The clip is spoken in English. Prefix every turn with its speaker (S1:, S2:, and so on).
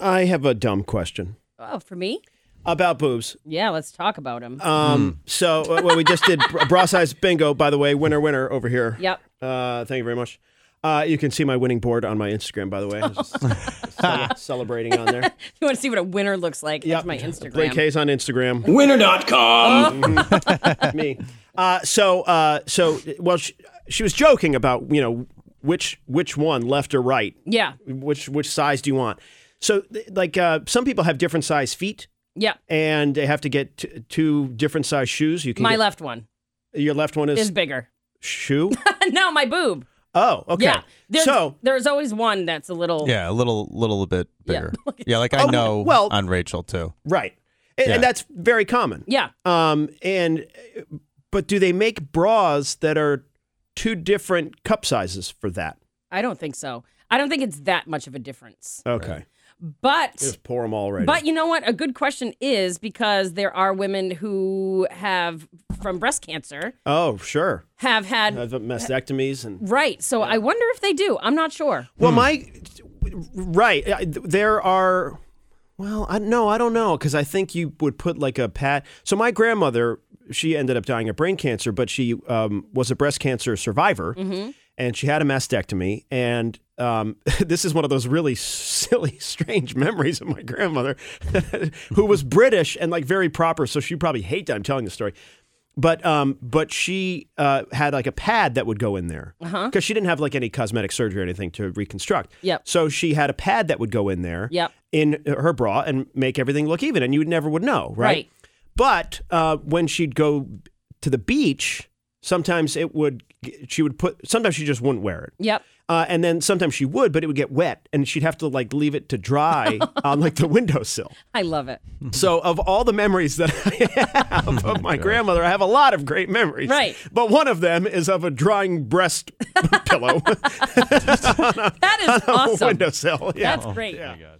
S1: I have a dumb question
S2: Oh, for me?
S1: about boobs.
S2: Yeah, let's talk about him.
S1: Um, So, uh, well, we just did bra- bra size bingo, by the way. Winner, winner over here.
S2: yep.
S1: Uh, thank you very much. Uh, you can see my winning board on my Instagram, by the way. I was just cele- celebrating on there.
S2: You want to see what a winner looks like?
S1: Yeah,
S2: That's my Instagram.
S1: Blake Hayes on Instagram.
S3: Winner.com.
S1: me. Uh, so, uh, so, well, she, she was joking about you know which which one, left or right,
S2: Yeah.
S1: which which size do you want? So, th- like, uh, some people have different size feet,
S2: Yeah.
S1: and they have to get t- two different size shoes. You can
S2: My
S1: get-
S2: left one
S1: your left one is,
S2: is bigger.
S1: shoe.
S2: no, my boob.
S1: Oh, okay.
S2: Yeah. There's,
S1: so.
S2: there's always one that's a little.
S4: Yeah, a little, little bit
S2: Yeah.
S4: bigger. Yeah, like I
S1: Oh,
S4: know
S1: well-
S4: on Rachel too.
S1: Right. And,
S4: Yeah.
S1: and that's very common.
S2: Yeah.
S1: Um, and but do they make bras that are two different cup sizes for that?
S2: I don't think so. I don't think it's that much of a difference.
S1: Okay,
S2: But
S1: just pour them all right.
S2: But you know what? A good question is because there are women who have, from breast cancer,
S1: oh, sure.
S2: have had.
S1: I've got mastectomies and
S2: Right. So I wonder if they do. I'm not sure.
S1: well, my right. I- There are. Well, I no, I don't know because I think you would put like a pat. So my grandmother, she ended up dying of brain cancer, but she um, was a breast cancer survivor.
S2: hmm
S1: and she had a mastectomy. And um, this is one of those really silly, strange memories of my grandmother, who was British and like very proper. So she probably hate that I'm telling this story. But um, but she uh, had like a pad that would go in there because
S2: Uh-huh.
S1: she didn't have like any cosmetic surgery or anything to reconstruct.
S2: Yep.
S1: So she had a pad that would go in there.
S2: Yep.
S1: In her bra and make everything look even, and you never would know, right?
S2: Right.
S1: But uh, when she'd go to the beach, sometimes it would. She would put. Sometimes she just wouldn't wear it,
S2: Yep.
S1: uh, and then sometimes she would, but it would get wet, and she'd have to like leave it to dry on like the windowsill.
S2: I love it.
S1: So, of all the memories that I have of my grandmother, I have a lot of great memories.
S2: Right.
S1: But one of them is of a drying breast pillow
S2: That
S1: on
S2: is
S1: a
S2: awesome.
S1: windowsill. Yeah.
S2: That's great.